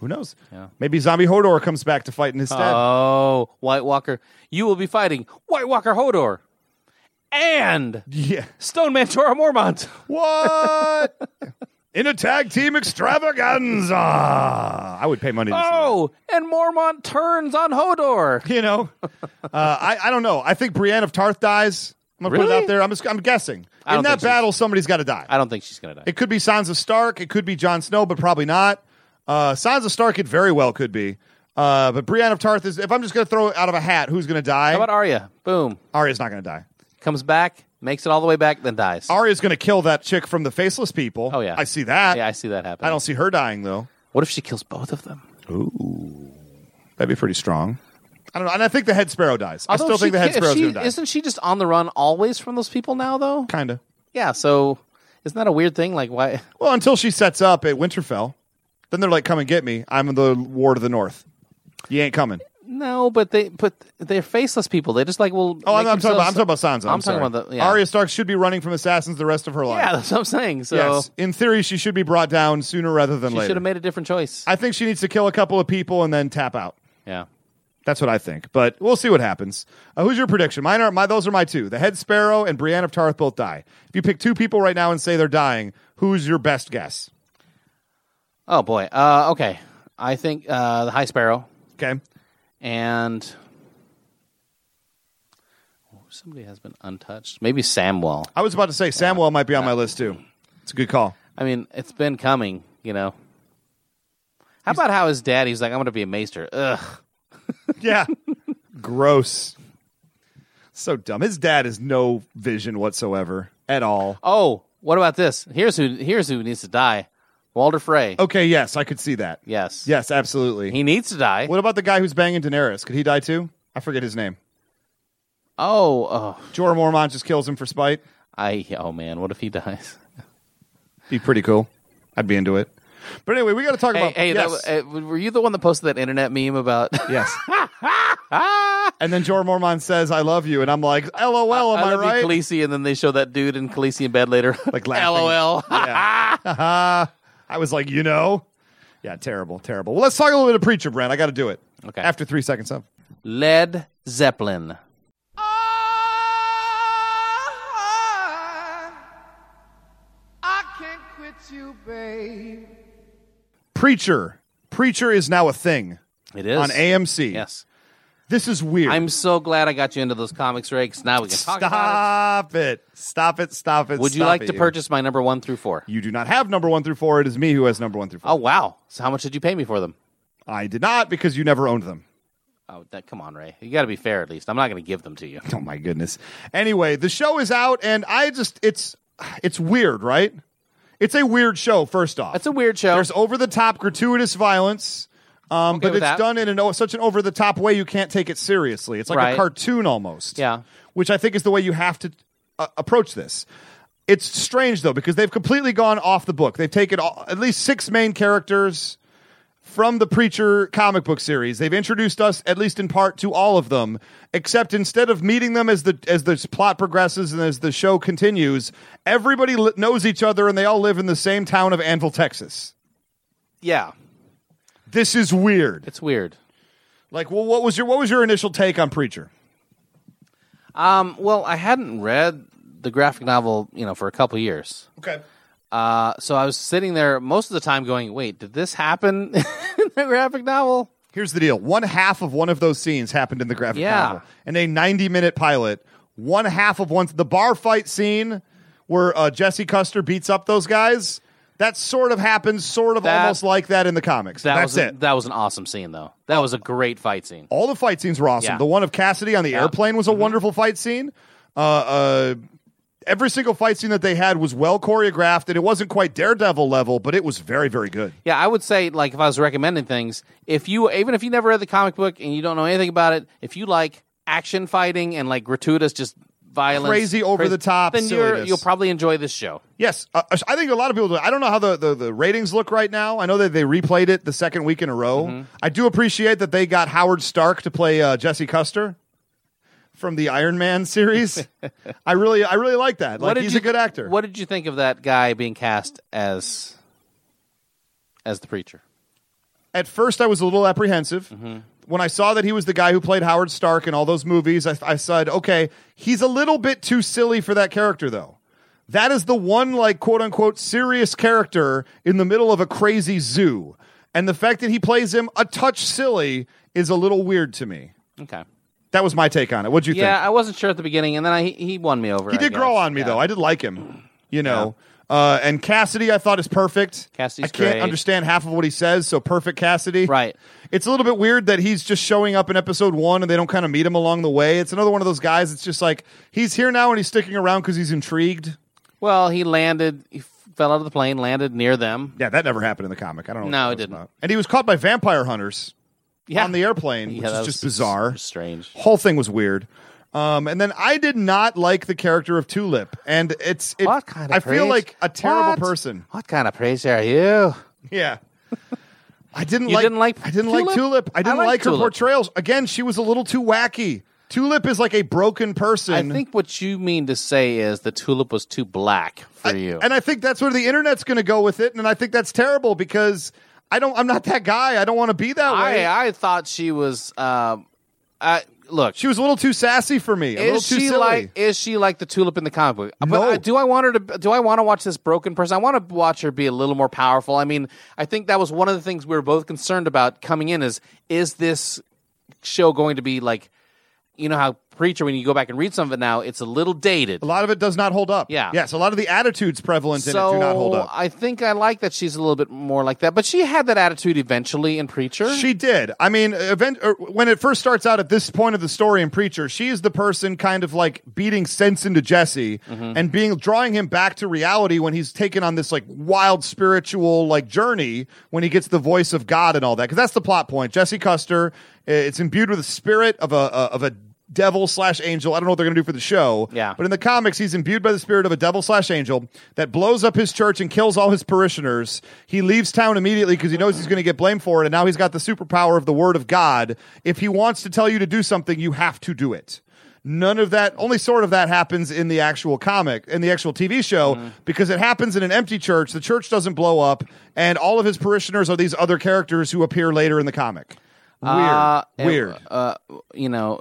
Who knows? Maybe Zombie Hodor comes back to fight in his stead. Oh, White Walker! You will be fighting White Walker Hodor and yeah. Stone Mantora Mormont. What? in a tag team extravaganza. I would pay money to see that. Oh, and Mormont turns on Hodor. you know uh, I, I don't know i think brienne of tarth dies i'm gonna put it Really? out there i'm, just, I'm guessing I don't in that think she's- battle somebody's got to die I don't think she's going to die. it could be sansa stark it could be Jon snow but probably not uh, sansa stark it very well could be uh, but brienne of tarth is if i'm just gonna throw it out of a hat who's gonna die How about Arya? Boom. arya's not gonna die Comes back, makes it all the way back, then dies. arya's gonna kill that chick from the faceless people Oh, yeah. i see that yeah, I see that happen. I don't see her dying though What if she kills both of them? that'd be pretty strong i don't know and i think the head sparrow dies i Although still think she the head ca- if sparrow's she- gonna die Isn't she just on the run always from those people now, though? kinda Yeah, so isn't that a weird thing? Like, why? Well, until she sets up at Winterfell, then they're like, "Come and get me. I'm the Ward of the North. You ain't coming." No, but they but they're faceless people. They just like well. Oh, I'm, I'm talking about I'm talking about Sansa. I'm, I'm talking sorry. about the- yeah. Arya Stark should be running from assassins the rest of her Yeah, life. that's what I'm saying. So yes, in theory, she should be brought down sooner rather than she should later. have made a different choice. I think she needs to kill a couple of people and then tap out. yeah. That's what I think, but we'll see what happens. Uh, who's your prediction? Mine are my those are my two. The Head Sparrow and Brienne of Tarth both die. If you pick two people right now and say they're dying, who's your best guess? Oh boy. Uh, okay. I think uh, the High Sparrow Okay, and somebody has been untouched. Maybe Samwell. I was about to say Samwell might be on my list too. It's a good call. I mean, it's been coming, you know. How about how his dad? He's like, I'm going to be a maester. Ugh. Yeah. Gross. So dumb. His dad has no vision whatsoever at all. Oh, what about this? Here's who. Here's who needs to die. Walder Frey. Okay, yes, I could see that. Yes. Yes, absolutely. He needs to die. what about the guy who's banging Daenerys? Could he die too? I forget his name. Oh, oh, Jorah Mormont just kills him for spite. I. Oh man, what if he dies? Be pretty cool. I'd be into it. But anyway, we got to talk Hey, about hey that was- yes. uh, were you the one that posted that internet meme about? Yes. and then Jorah Mormont says, "I love you," and I'm like, "LOL, Oh, am I, I love right?" you, Khaleesi, and then they show that dude in Khaleesi in bed later. Like laughing. LOL. I was like, "You know." Yeah, terrible, terrible. Well, let's talk a little bit of Preacher Brand. I got to do it. Okay. After 3 seconds up. Led Zeppelin. Preacher. Preacher is now a thing It is on AMC. Yes. This is weird. I'm so glad I got you into those comics, Ray. 'cause now we can talk about Stop it. Stop it. Stop it. it. Would you stop like it, to purchase my number one through four? You do not have number 1 through 4. It is me who has number 1 through 4. Oh wow! So how much did you pay me for them? I did not because you never owned them. Oh, that, come on, Ray. You got to be fair. At least I'm not going to give them to you. Oh my goodness. Anyway, the show is out and I just it's it's weird, right? It's a weird show first off. That's a weird show. There's over the top gratuitous violence. Um, but with it's that. done in an, o- such an over the top way you can't take it seriously. It's like a Right. cartoon almost. Yeah. Which I think is the way you have to uh, approach this. It's strange though because they've completely gone off the book. They've taken all, at least six main characters from the Preacher comic book series. They've introduced us, at least in part, to all of them. Except instead of meeting them as the as the plot progresses and as the show continues, everybody li- knows each other and they all live in the same town of Anvil, Texas. yeah, This is weird. it's weird. Like, well, what was your what was your initial take on Preacher? Um, well, I hadn't read the graphic novel, you know, for a couple years. Okay. Uh, so I was sitting there most of the time going, "Wait, did this happen in the graphic novel?" Here's the deal. One half of one of those scenes happened in the graphic Yeah. novel. In a 90 minute pilot, one half of one the bar fight scene where uh, Jesse Custer beats up those guys. That sort of happens, sort of That- almost like that in the comics. That That's was a, it. That was an awesome scene, though. That was a great fight scene. All the fight scenes were awesome. Yeah. The one of Cassidy on the Yeah. Mm-hmm. airplane was a wonderful fight scene. Uh, uh, every single fight scene that they had was well choreographed, and it wasn't quite Daredevil level, but it was very, very good. Yeah, I would say like if I was recommending things, if you even if you never read the comic book and you don't know anything about it, if you like action fighting and like gratuitous just violence, Crazy, over-the-top then you're, silliness. you'll probably enjoy this show. Yes, uh, I think a lot of people. Do. I don't know how the, the, the ratings look right now. I know that they replayed it the second week in a row. Mm-hmm. I do appreciate that they got Howard Stark to play uh, Jesse Custer from the Iron Man series. I really, I really like that. Like he's you, a good actor. What did you think of that guy being cast as as the preacher? At first, I was a little apprehensive. When I saw that he was the guy who played Howard Stark in all those movies, I, I said, okay, he's a little bit too silly for that character, though. That is the one, like, quote unquote, serious character in the middle of a crazy zoo. And the fact that he plays him a touch silly is a little weird to me. Okay. That was my take on it. What'd you Yeah, think? I wasn't sure at the beginning, and then I, he won me over. He did grow on me, though. I did like him, you know. Uh, and Cassidy, I thought, is perfect. Cassidy's I can't great. understand half of what he says, so perfect Cassidy. Right. It's a little bit weird that he's just showing up in episode one and they don't kind of meet him along the way. It's another one of those guys. It's just like he's here now and he's sticking around because he's intrigued. Well, he landed. He fell out of the plane, landed near them. Yeah, that never happened in the comic. I don't know. what No, that it was didn't. about. And he was caught by vampire hunters Yeah. on the airplane, which that is was just bizarre. s- strange. Whole thing was weird. Um, and then I did not like the character of Tulip, and it's it, What kind of I feel praise? like a terrible What? person. What kind of praise are you? Yeah. I didn't You like didn't like I didn't like Tulip? Tulip. I I didn't like like her Tulip. portrayals. Again, she was a little too wacky. Tulip is like a broken person. I think what you mean to say is the tulip was too black for you. And I think that's where the internet's going to go with it and I think that's terrible because I don't I'm not that guy. I don't want to be that way. I, I thought she was. Um, I look. she was a little too sassy for me. A little is too she silly. like is she like the tulip in the comic book? But No. I- do I want her to? Do I want to watch this broken person? I want to watch her be a little more powerful. I mean, I think that was one of the things we were both concerned about coming in. Is is this show going to be like, you know how Preacher, when you go back and read some of it now, it's a little dated. A lot of it does not hold up. Yeah. Yes, a lot of the attitudes prevalent in so it do not hold up. I think I like that she's a little bit more like that, but she had that attitude eventually in Preacher. She did. I mean, event or when it first starts out at this point of the story in Preacher, she is the person kind of like beating sense into Jesse and being drawing him back to reality when he's taken on this like wild spiritual like journey when he gets the voice of God and all that. Because that's the plot point. Jesse Custer, eh, it's imbued with the spirit of a of a devil slash angel. I don't know what they're gonna do for the show. Yeah. But in the comics, he's imbued by the spirit of a devil slash angel that blows up his church and kills all his parishioners. He leaves town immediately because he knows he's going to get blamed for it, and now he's got the superpower of the word of God. If he wants to tell you to do something, you have to do it. None of that, only sort of that happens in the actual comic, in the actual TV show, Mm-hmm. because it happens in an empty church. The church doesn't blow up, and all of his parishioners are these other characters who appear later in the comic. Weird. Uh, and, Weird. uh, you know,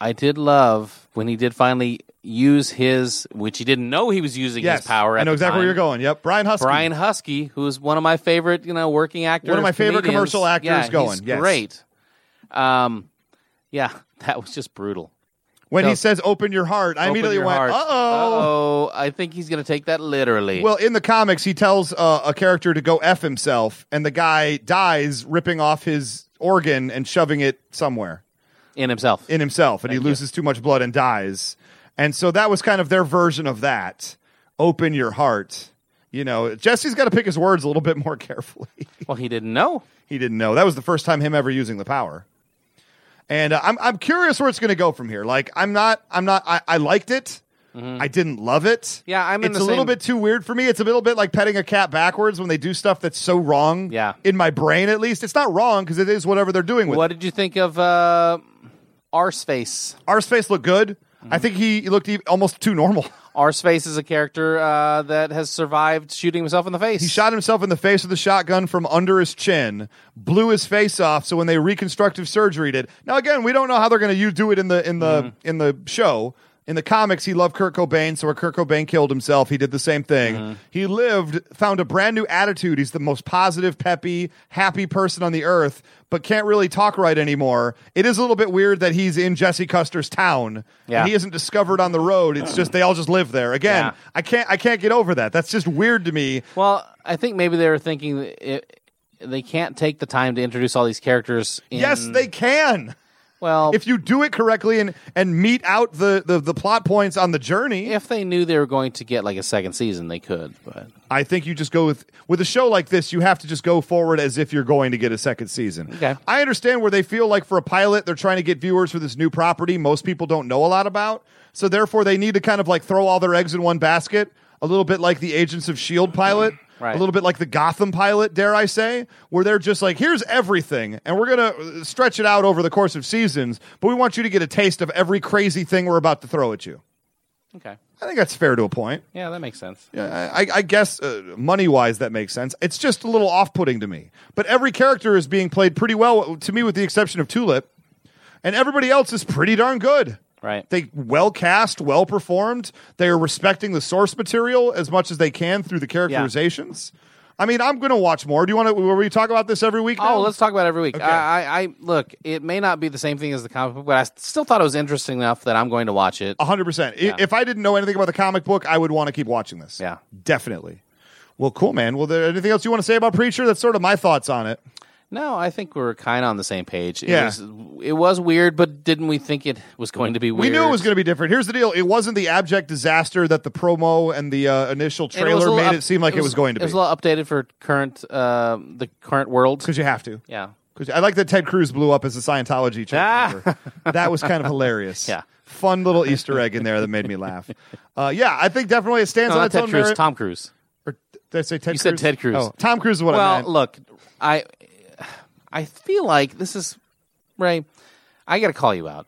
I did love when he did finally use his, which he didn't know he was using yes. his power. At I the know exactly where time. you're going. Yep. Brian Husky. Brian Husky, who is one of my favorite, you know, working actors, my favorite comedians. commercial actors Yeah, he's going, yes. great. Um, yeah, that was just brutal. When he No. says "open your heart," I Open immediately your went, heart. "Uh oh." Uh-oh, I think he's going to take that literally. Well, in the comics, he tells uh, a character to go f himself, and the guy dies ripping off his organ and shoving it somewhere in himself. in himself, and he loses too much blood and dies. And so that was kind of their version of that. Open your heart. You know, Jesse's got to pick his words a little bit more carefully. well, he didn't know. he didn't know. That was the first time him ever using the power. And uh, I'm I'm curious where it's going to go from here. Like I'm not I'm not I, I liked it. I didn't love it. Mm-hmm. Yeah, I'm in It's the a little same- bit too weird for me. It's a little bit like petting a cat backwards when they do stuff that's so wrong. Yeah. in my brain at least, it's not wrong because it is whatever they're doing with What did you think of uh, Arseface? Arseface looked good. Mm-hmm. I think he looked e- almost too normal. Arseface is a character uh, that has survived shooting himself in the face. He shot himself in the face with a shotgun from under his chin, blew his face off. So when they reconstructive surgery did now again, we don't know how they're going to do it in the in the Mm-hmm. in the show. In the comics, he loved Kurt Cobain, so where Kurt Cobain killed himself, he did the same thing. Mm-hmm. He lived, found a brand new attitude. He's the most positive, peppy, happy person on the earth, but can't really talk right anymore. It is a little bit weird that he's in Jesse Custer's town. Yeah. And he isn't discovered on the road. It's just they all just live there. Again, Yeah. I can't I can't get over that. That's just weird to me. Well, I think maybe they were thinking that it, they can't take the time to introduce all these characters. In, Yes, they can. Well, If you do it correctly and and meet out the the, the plot points on the journey, if they knew they were going to get like a second season, they could. But I think you just go with with a show like this, you have to just go forward as if you're going to get a second season. Okay. I understand where they feel like for a pilot, they're trying to get viewers for this new property most people don't know a lot about. So therefore they need to kind of like throw all their eggs in one basket, a little bit like the Agents of Shield E pilot. Right. A little bit like the Gotham pilot, dare I say, where they're just like, here's everything, and we're going to stretch it out over the course of seasons, but we want you to get a taste of every crazy thing we're about to throw at you. okay, I think that's fair to a point. yeah, that makes sense. Yeah, I, I guess uh, money wise that makes sense. It's just a little off putting to me. But every character is being played pretty well to me, with the exception of Tulip, and everybody else is pretty darn good. Right. They well cast, well performed. They are respecting the source material as much as they can through the characterizations. I mean, I'm going to watch more. Do you want to? Will we talk about this every week? now? Oh, let's talk about it every week. I, I, I look. It may not be the same thing as the comic book, but I still thought it was interesting enough that I'm going to watch it. 100%. I If I didn't know anything about the comic book, I would want to keep watching this. Yeah. Definitely. Well, cool, man. Well, there anything else you want to say about Preacher? That's sort of my thoughts on it. No, I think we were kind of on the same page. It Yeah. was, it was weird, but didn't we think it was going to be weird? We knew it was going to be different. Here's the deal: it wasn't the abject disaster that the promo and the uh, initial And was a trailer little made up- it seem like it was, going to It be. was a little updated for current, uh, the current world. Because you have to. Yeah, 'Cause I like that Ted Cruz blew up as a Scientology church. Ah. member. that was kind of hilarious. Yeah. Fun little Easter egg in there that made me laugh. Uh, yeah, I think definitely it stands no, on not its Ted own Cruz, merit. Tom Cruise. or, did I say Ted You Cruz? said Ted Cruz. Oh, Tom Cruise is what I Well, meant. look, I I feel like this is Ray. I got to call you out.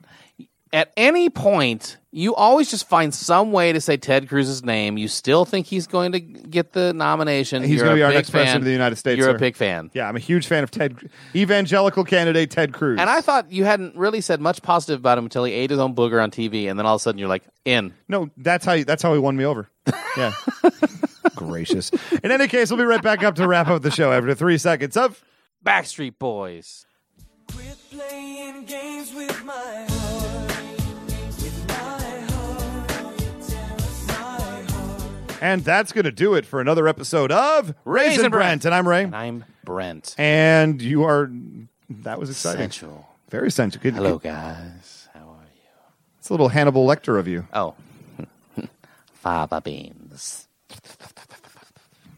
At any point, you always just find some way to say Ted Cruz's name. You still think he's going to get the nomination. He's You're gonna a be our big next president fan. of the United States, You're sir. a big fan. yeah, I'm a huge fan of Ted, evangelical candidate Ted Cruz. And I thought you hadn't really said much positive about him until he ate his own booger on TV, and then all of a sudden you're like, in. No, that's how that's how he won me over. Yeah. Gracious. In any case, we'll be right back up to wrap up the show after three seconds of Backstreet Boys. Quit playing playing games with my heart. With my heart. My heart. And that's going to do it for another episode of Raisin, Raisin Brent. Brent. And I'm Ray. And I'm Brent. And you are. That was exciting. Central. Very sensual. Good- Hello, good- guys. How are you? It's a little Hannibal Lecter of you. Oh, fava beans.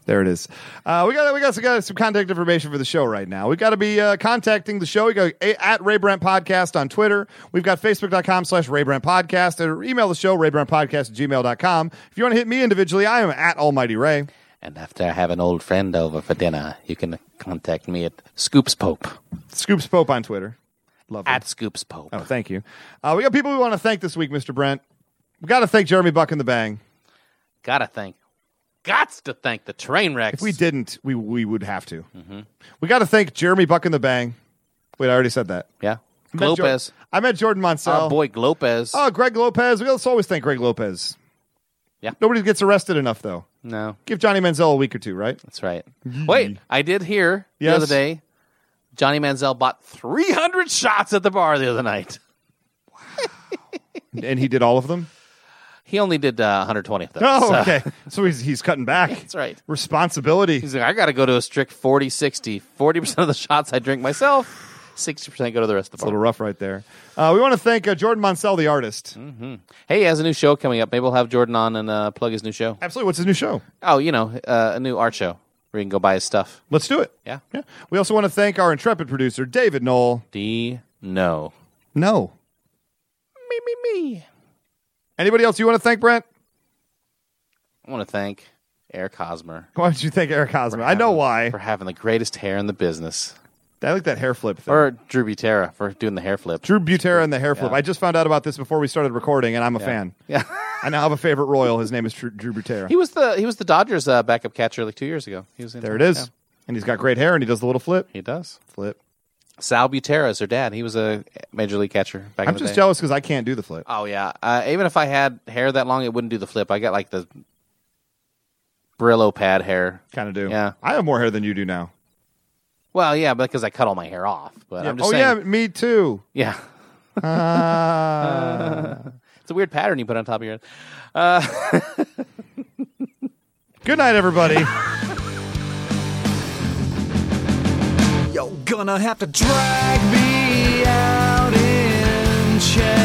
There it is. Uh, we got we got, we got some contact information for the show right now. We've got to be uh, contacting the show. We go a- at Ray Brent Podcast on Twitter. We've got Facebook.com slash Ray Brent Podcast or email the show, Ray Brent Podcast at gmail.com. If you want to hit me individually, I am at Almighty Ray. And after I have an old friend over for dinner, you can contact me at Scoops Pope. Scoops Pope on Twitter. Love At Scoops Pope. Oh, thank you. Uh, we got people we want to thank this week, Mr. Brent. We got to thank Jeremy Buck and the Bang. Gotta thank. Gots to thank the train wrecks. If we didn't, we we would have to. Mm-hmm. We got to thank Jeremy Buck and the Bang. Wait, I already said that. Yeah. I met Jor- Lopez. I met Jordan Monsell. Our boy Lopez. Oh, Greg Lopez. We also always thank Greg Lopez. Yeah. Nobody gets arrested enough, though. no, Give Johnny Manziel a week or two, right? that's right. Wait, I did hear Yes. the other day Johnny Manziel bought 300 shots at the bar the other night. and he did all of them. He only did uh, 120 of those. Oh, so- okay. So he's, he's cutting back. That's right. Responsibility. He's like, I got to go to a strict 40 60. 40% of the shots I drink myself, 60% go to the rest of the A little bar. rough right there. Uh, we want to thank uh, Jordan Monsell, the artist. Mm-hmm. Hey, he has a new show coming up. Maybe we'll have Jordan on and uh, plug his new show. Absolutely. What's his new show? Oh, you know, uh, a new art show where you can go buy his stuff. Let's do it. Yeah. Yeah. We also want to thank our intrepid producer, David Knoll. D no. No. Me, me, me. Anybody else you want to thank, Brent? I want to thank Eric Hosmer. Why don't you thank Eric Hosmer? I know why. For having the greatest hair in the business. I like that hair flip thing. Or Drew Butera for doing the hair flip. Drew Butera and the hair flip. Yeah. I just found out about this before we started recording, and I'm a fan. Yeah. I now have a favorite royal. His name is Drew, Drew Butera. He was the he was the Dodgers uh, backup catcher like two years ago. He was in there it is. yeah, And he's got great hair, and he does the little flip. he does. Flip. Sal Butera is their dad. He was a major league catcher back in I'm the just day. jealous because I can't do the flip. Oh yeah. Uh, even if I had hair that long, it wouldn't do the flip. I got like the Brillo pad hair. Kind of do. Yeah. I have more hair than you do now. Well, yeah, because I cut all my hair off. But I'm just oh saying. yeah, me too. Yeah. Uh, It's a weird pattern you put on top of your head. good night, everybody. You're gonna have to drag me out in chains.